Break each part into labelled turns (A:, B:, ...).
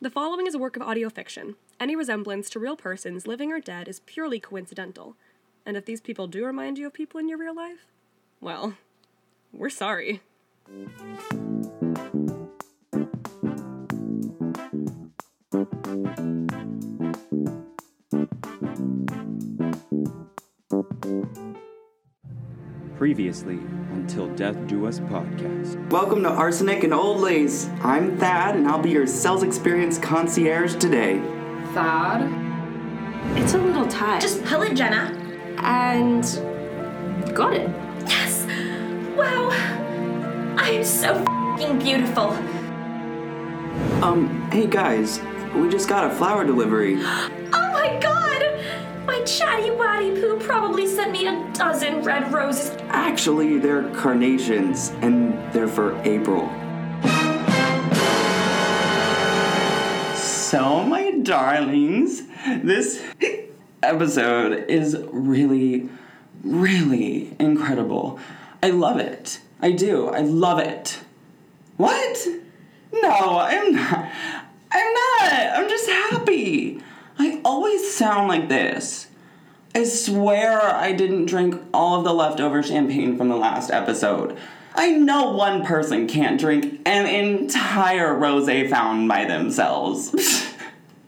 A: The following is a work of audio fiction. Any resemblance to real persons, living or dead, is purely coincidental. And if these people do remind you of people in your real life, well, we're sorry.
B: Previously, until death do us podcast.
C: Welcome to Arsenic and Old Lace. I'm Thad, and I'll be your sales experience concierge today.
D: Thad.
E: It's a little tight.
F: Just pull it, Jenna.
E: and got it.
F: Yes. Wow. I'm so fing beautiful.
C: Um, hey guys, we just got a flower delivery.
F: Oh my god. My chatty waddy poo probably sent me a dozen red roses.
C: Actually, they're carnations, and they're for April. So, my darlings, this episode is really, really incredible. I love it. I do. I love it. What? No, I'm not. I'm not. I'm just happy. I always sound like this. I swear I didn't drink all of the leftover champagne from the last episode. I know one person can't drink an entire rose fountain by themselves.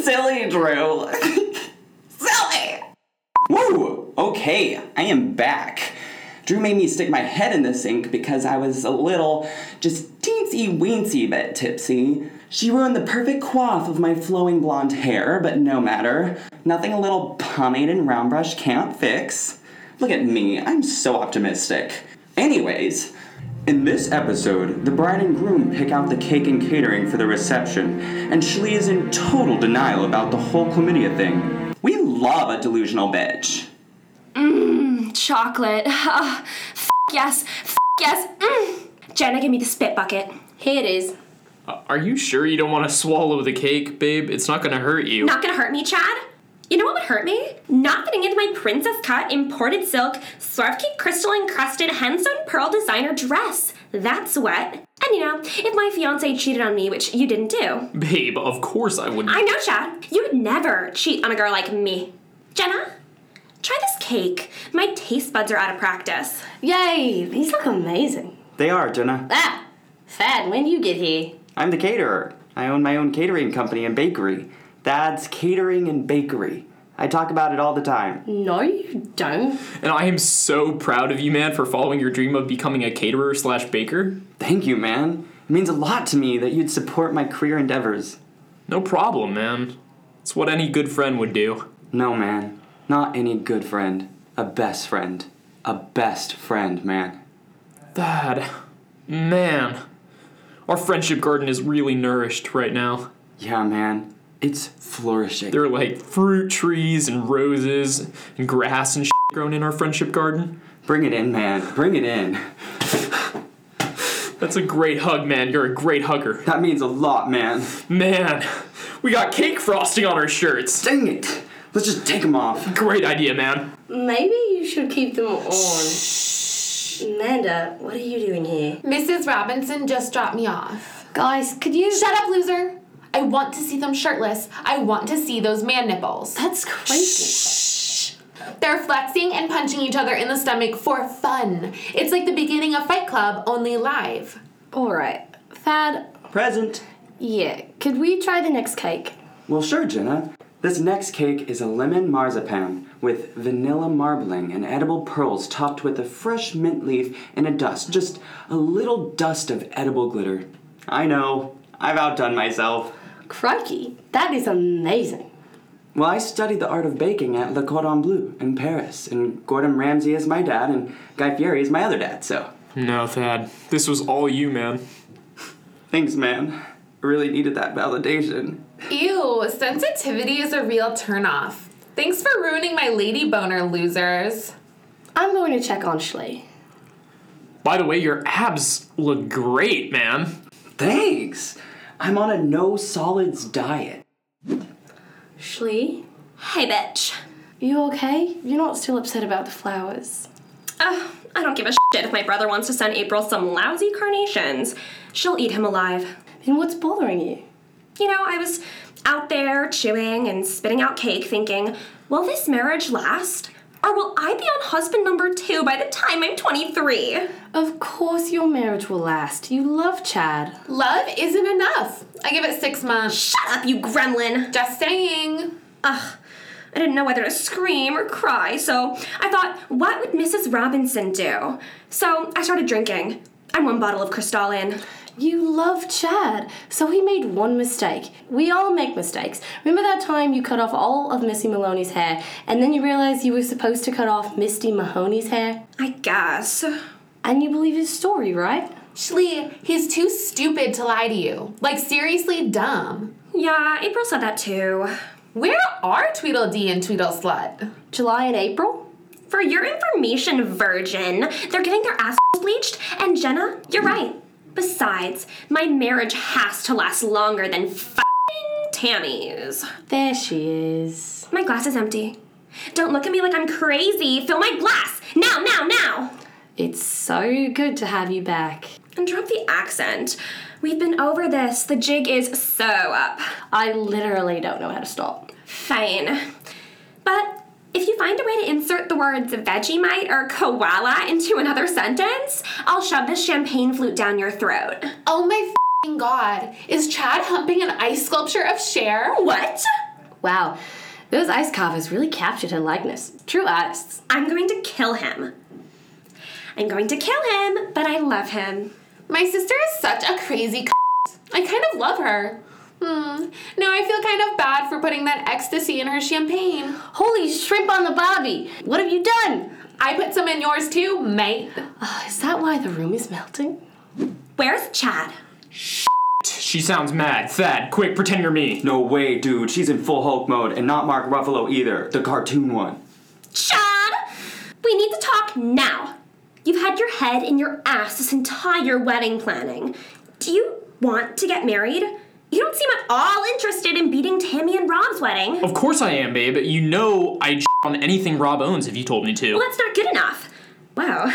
C: Silly, Drew. Silly! Woo! Okay, I am back. Drew made me stick my head in the sink because I was a little, just teensy weensy bit tipsy. She ruined the perfect coif of my flowing blonde hair, but no matter. Nothing a little pomade and round brush can't fix. Look at me, I'm so optimistic. Anyways, in this episode, the bride and groom pick out the cake and catering for the reception, and Shlee is in total denial about the whole chlamydia thing. We love a delusional bitch.
F: Mm,
E: Chocolate. Ah, f- yes. F- yes. Mm. Jenna, give me the spit bucket. Here it is.
G: Are you sure you don't want to swallow the cake, babe? It's not gonna hurt you.
F: Not gonna hurt me, Chad. You know what would hurt me? Not fitting into my princess cut imported silk, swerve key crystal encrusted, henson pearl designer dress. That's what. And you know, if my fiance cheated on me, which you didn't do,
G: Babe, of course I wouldn't.
F: I know, Chad. You would never cheat on a girl like me. Jenna, try this cake. My taste buds are out of practice.
H: Yay, these look amazing.
C: They are, Jenna.
H: Ah, Fad, when do you get here?
C: I'm the caterer. I own my own catering company and bakery. Dad's Catering and Bakery. I talk about it all the time.
H: No, you don't.
G: And I am so proud of you, man, for following your dream of becoming a caterer slash baker.
C: Thank you, man. It means a lot to me that you'd support my career endeavors.
G: No problem, man. It's what any good friend would do.
C: No, man. Not any good friend. A best friend. A best friend, man.
G: Dad, man, our friendship garden is really nourished right now.
C: Yeah, man. It's flourishing.
G: There are like fruit trees and roses and grass and shit grown in our friendship garden.
C: Bring it in, man. Bring it in.
G: That's a great hug, man. You're a great hugger.
C: That means a lot, man.
G: Man, we got cake frosting on our shirts.
C: Dang it. Let's just take them off.
G: Great idea, man.
H: Maybe you should keep them on. Amanda, what are you doing here?
D: Mrs. Robinson just dropped me off. Guys, could you shut up, loser? I want to see them shirtless. I want to see those man nipples.
H: That's crazy.
D: They're flexing and punching each other in the stomach for fun. It's like the beginning of Fight Club, only live.
E: Alright. Thad,
C: Present.
E: yeah. Could we try the next cake?
C: Well, sure, Jenna. This next cake is a lemon marzipan with vanilla marbling and edible pearls topped with a fresh mint leaf and a dust, just a little dust of edible glitter. I know, I've outdone myself.
H: Crikey, that is amazing.
C: Well, I studied the art of baking at Le Cordon Bleu in Paris, and Gordon Ramsay is my dad, and Guy Fieri is my other dad, so.
G: No, Thad. This was all you, man.
C: Thanks, man. I really needed that validation.
D: Ew, sensitivity is a real turnoff. Thanks for ruining my lady boner, losers.
E: I'm going to check on Shlee.
G: By the way, your abs look great, man.
C: Thanks! I'm on a no solids diet.
E: Shlee,
F: Hey, bitch.
E: you okay? You're not still upset about the flowers.
F: Ugh, I don't give a shit if my brother wants to send April some lousy carnations. She'll eat him alive.
E: Then what's bothering you?
F: You know, I was out there chewing and spitting out cake thinking, will this marriage last? Or will I be on husband number two by the time I'm 23?
I: Of course, your marriage will last. You love Chad.
D: Love isn't enough. I give it six months.
F: Shut up, you gremlin!
D: Just saying.
F: Ugh, I didn't know whether to scream or cry, so I thought, what would Mrs. Robinson do? So I started drinking. I'm one bottle of Cristal in.
I: You love Chad. So he made one mistake. We all make mistakes. Remember that time you cut off all of Missy Maloney's hair and then you realized you were supposed to cut off Misty Mahoney's hair?
F: I guess.
I: And you believe his story, right?
D: Actually, he's too stupid to lie to you. Like, seriously dumb.
F: Yeah, April said that too.
D: Where are Tweedledee and Tweedleslut?
I: July and April?
F: For your information, Virgin, they're getting their assholes bleached, and Jenna, you're right. Besides, my marriage has to last longer than fing Tammy's.
I: There she is.
F: My glass is empty. Don't look at me like I'm crazy. Fill my glass! Now, now, now!
I: It's so good to have you back.
F: And drop the accent. We've been over this. The jig is so up.
I: I literally don't know how to stop.
F: Fine. But if you find a way to insert the words Vegemite or koala into another sentence, I'll shove this champagne flute down your throat.
D: Oh my fing god. Is Chad humping an ice sculpture of Cher?
F: What?
I: Wow, those ice carvers really captured her likeness. True artists.
F: I'm going to kill him. I'm going to kill him, but I love him.
D: My sister is such a crazy c- I kind of love her. Hmm. Now I feel kind of bad for putting that ecstasy in her champagne.
I: Holy shrimp on the bobby! What have you done?
D: I put some in yours too, mate.
I: Is that why the room is melting?
F: Where's Chad?
G: She sounds mad. Thad, quick, pretend you're me.
B: No way, dude. She's in full Hulk mode, and not Mark Ruffalo either. The cartoon one.
F: Chad! We need to talk now. You've had your head in your ass this entire wedding planning. Do you want to get married? You don't seem at all interested in beating Tammy and Rob's wedding.
G: Of course I am, babe. You know I'd sh- on anything Rob owns if you told me to.
F: Well, that's not good enough. Wow,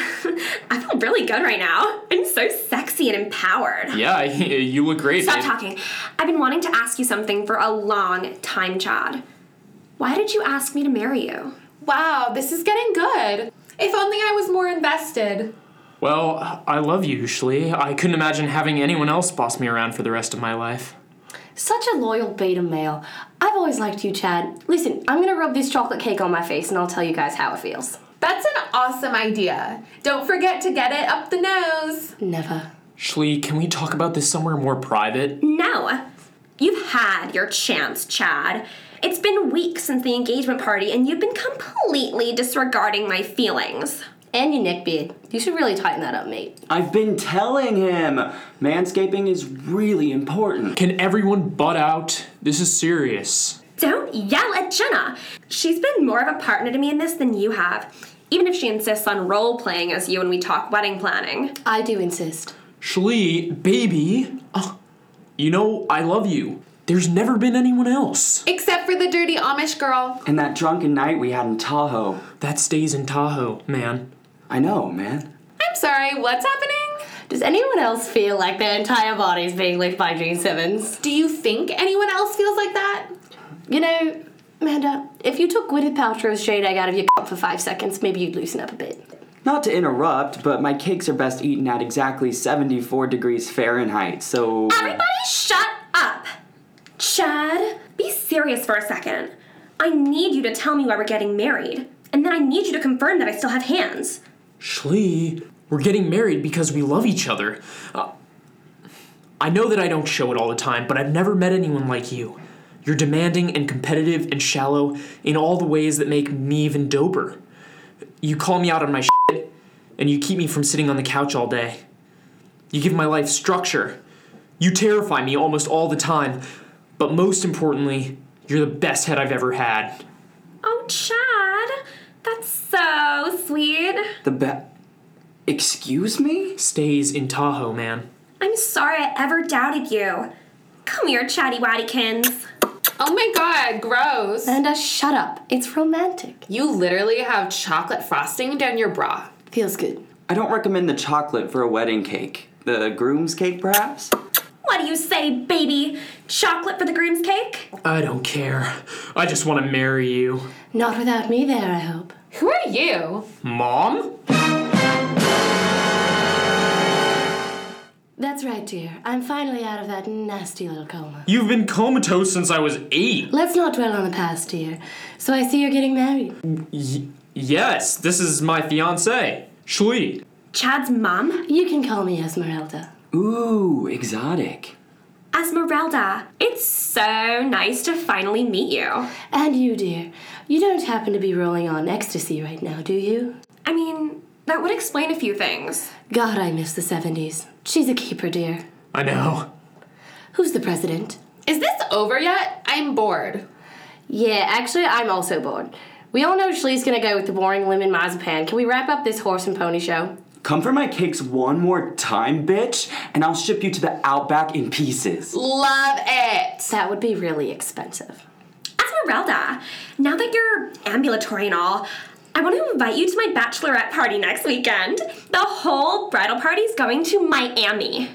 F: I feel really good right now. I'm so sexy and empowered.
G: Yeah, I- you look great.
F: Stop
G: babe.
F: talking. I've been wanting to ask you something for a long time, Chad. Why did you ask me to marry you?
D: Wow, this is getting good. If only I was more invested.
G: Well, I love you, Shlee. I couldn't imagine having anyone else boss me around for the rest of my life.
I: Such a loyal beta male. I've always liked you, Chad. Listen, I'm gonna rub this chocolate cake on my face and I'll tell you guys how it feels.
D: That's an awesome idea. Don't forget to get it up the nose.
I: Never.
G: Shlee, can we talk about this somewhere more private?
F: No. You've had your chance, Chad. It's been weeks since the engagement party, and you've been completely disregarding my feelings.
I: And your neck beard. You should really tighten that up, mate.
B: I've been telling him! Manscaping is really important.
G: Can everyone butt out? This is serious.
F: Don't yell at Jenna. She's been more of a partner to me in this than you have, even if she insists on role playing as you when we talk wedding planning.
I: I do insist.
G: Shlee, baby, ah, you know I love you. There's never been anyone else.
D: Except for the dirty Amish girl.
B: And that drunken night we had in Tahoe.
G: That stays in Tahoe, man.
B: I know, man.
D: I'm sorry, what's happening?
I: Does anyone else feel like their entire body is being licked by Gene Simmons?
D: Do you think anyone else feels like that?
I: You know, Amanda, if you took Gwyneth Paltrow's jade egg out of your cup for five seconds, maybe you'd loosen up a bit.
B: Not to interrupt, but my cakes are best eaten at exactly 74 degrees Fahrenheit, so.
F: Everybody, shut up! Chad, be serious for a second. I need you to tell me why we're getting married, and then I need you to confirm that I still have hands.
G: Shlee, we're getting married because we love each other. Uh, I know that I don't show it all the time, but I've never met anyone like you. You're demanding and competitive and shallow in all the ways that make me even doper. You call me out on my shit, and you keep me from sitting on the couch all day. You give my life structure. You terrify me almost all the time, but most importantly, you're the best head I've ever had.
F: Oh, Chad, that's so sweet.
B: The ba- Excuse me?
G: Stays in Tahoe, man.
F: I'm sorry I ever doubted you. Come here, Chatty Wattykins.
D: Oh my god, gross.
I: Amanda, shut up. It's romantic.
D: You literally have chocolate frosting down your bra.
I: Feels good.
B: I don't recommend the chocolate for a wedding cake. The groom's cake, perhaps?
F: What do you say, baby? Chocolate for the groom's cake?
G: I don't care. I just want to marry you.
I: Not without me there, I hope.
D: Who are you?
G: Mom?
I: That's right, dear. I'm finally out of that nasty little coma.
G: You've been comatose since I was eight.
I: Let's not dwell on the past, dear. So I see you're getting married.
G: Yes, this is my fiance, Shlee.
F: Chad's mom?
I: You can call me Esmeralda.
B: Ooh, exotic.
F: Esmeralda. It's so nice to finally meet you.
I: And you, dear. You don't happen to be rolling on ecstasy right now, do you?
F: I mean, that would explain a few things.
I: God, I miss the 70s. She's a keeper, dear.
G: I know.
I: Who's the president?
D: Is this over yet? I'm bored.
I: Yeah, actually, I'm also bored. We all know Shlee's gonna go with the boring lemon marzipan. Can we wrap up this horse and pony show?
B: Come for my cakes one more time, bitch, and I'll ship you to the outback in pieces.
D: Love it.
I: That would be really expensive.
F: Esmeralda, now that you're ambulatory and all, I want to invite you to my bachelorette party next weekend. The whole bridal party's going to Miami.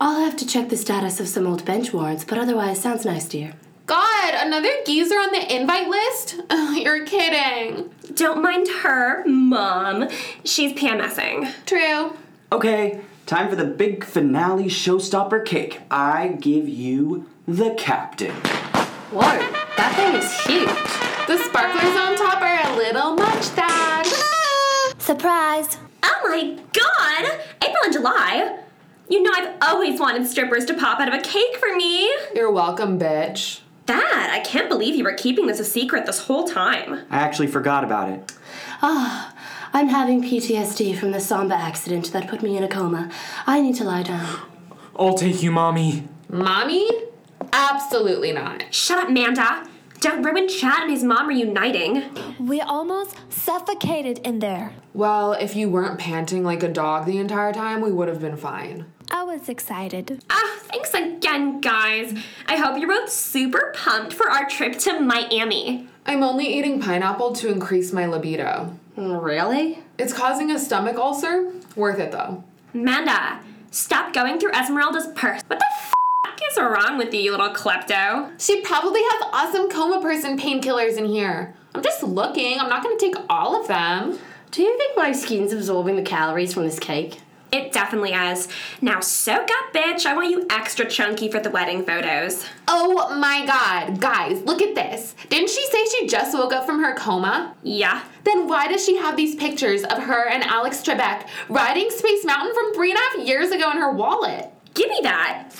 I: I'll have to check the status of some old bench warrants, but otherwise, sounds nice, dear.
D: God, another geezer on the invite list? Oh, You're kidding.
F: Don't mind her, Mom. She's PMSing.
D: True.
B: Okay, time for the big finale showstopper cake. I give you the captain.
I: Whoa, that thing is huge.
D: The sparklers on top are a little much, Dad.
J: Surprise!
F: Oh my god! April and July? You know I've always wanted strippers to pop out of a cake for me.
D: You're welcome, bitch.
F: Dad, I can't believe you were keeping this a secret this whole time.
B: I actually forgot about it.
I: Ah, I'm having PTSD from the Samba accident that put me in a coma. I need to lie down.
G: I'll take you, Mommy.
D: Mommy? Absolutely not.
F: Shut up, Manda. Don't ruin Chad and his mom reuniting.
J: We almost suffocated in there.
D: Well, if you weren't panting like a dog the entire time, we would have been fine.
J: I was excited.
F: Ah, thanks again, guys. I hope you're both super pumped for our trip to Miami.
D: I'm only eating pineapple to increase my libido.
I: Really?
D: It's causing a stomach ulcer. Worth it though.
F: Manda, stop going through Esmeralda's purse. What the f is wrong with you, you little klepto?
D: She probably has awesome coma person painkillers in here. I'm just looking. I'm not gonna take all of them.
I: Do you think my skin's absorbing the calories from this cake?
F: It definitely is. Now soak up, bitch. I want you extra chunky for the wedding photos.
D: Oh my god, guys, look at this. Didn't she say she just woke up from her coma?
F: Yeah.
D: Then why does she have these pictures of her and Alex Trebek riding Space Mountain from three and a half years ago in her wallet?
F: Give me that.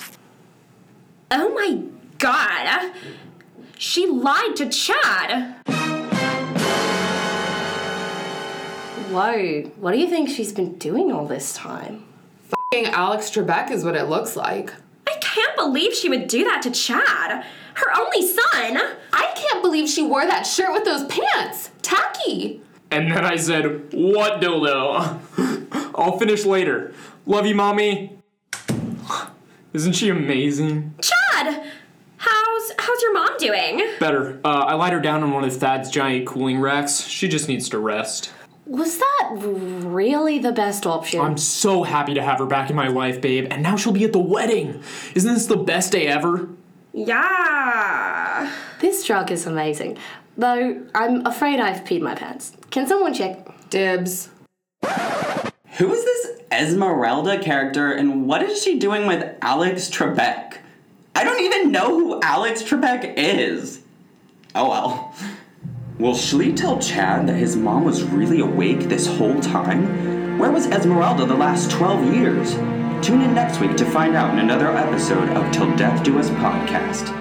F: Oh my god. She lied to Chad.
I: Whoa, what do you think she's been doing all this time?
D: F***ing Alex Trebek is what it looks like.
F: I can't believe she would do that to Chad, her only son.
D: I can't believe she wore that shirt with those pants. Tacky.
G: And then I said, What dildo? I'll finish later. Love you, Mommy. Isn't she amazing?
F: Chad, how's how's your mom doing?
G: Better. Uh, I lied her down on one of Thad's giant cooling racks. She just needs to rest.
I: Was that really the best option?
G: I'm so happy to have her back in my life, babe, and now she'll be at the wedding. Isn't this the best day ever?
F: Yeah.
I: This drug is amazing. Though I'm afraid I've peed my pants. Can someone check?
D: Dibs.
C: Who is this Esmeralda character and what is she doing with Alex Trebek? I don't even know who Alex Trebek is. Oh well. Will Shlee tell Chad that his mom was really awake this whole time? Where was Esmeralda the last 12 years? Tune in next week to find out in another episode of Till Death Do Us podcast.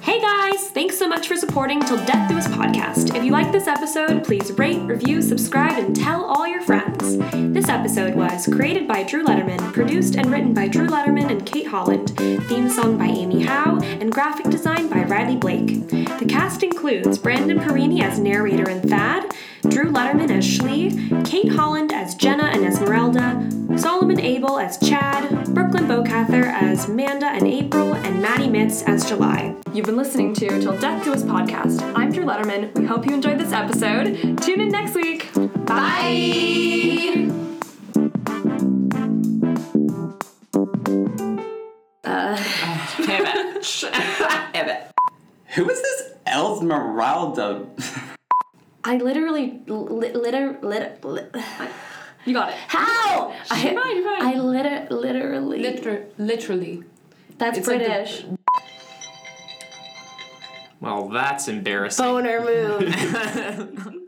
A: Hey guys, thanks so much for supporting Till Death Do Us podcast. If you like this episode, please rate, review, subscribe, and tell all your friends. This episode was created by Drew Letterman, produced and written by Drew Letterman and Kate Holland, theme song by Amy Howe, and graphic design by Riley Blake. The cast includes Brandon Perini as narrator and Thad, Drew Letterman as Shlee, Kate Holland as Jenna and Esmeralda, Solomon Abel as Chad, Brooklyn Bocather as Manda and April, and Maddie Mitz as July. You've been listening to Till Death Do Us podcast. I'm Drew Letterman. We hope you enjoyed this episode. Tune in next week. Bye.
I: Uh.
D: Ouch. Ebbet.
C: Who is this Esmeralda?
I: I literally, li- liter, lit, lit,
D: You got it.
I: how? I,
D: You're fine, you're fine.
I: I liter, literally.
D: Liter- literally.
I: that's
D: it's like the-
I: British.
G: Well, that's embarrassing.
I: Boner move.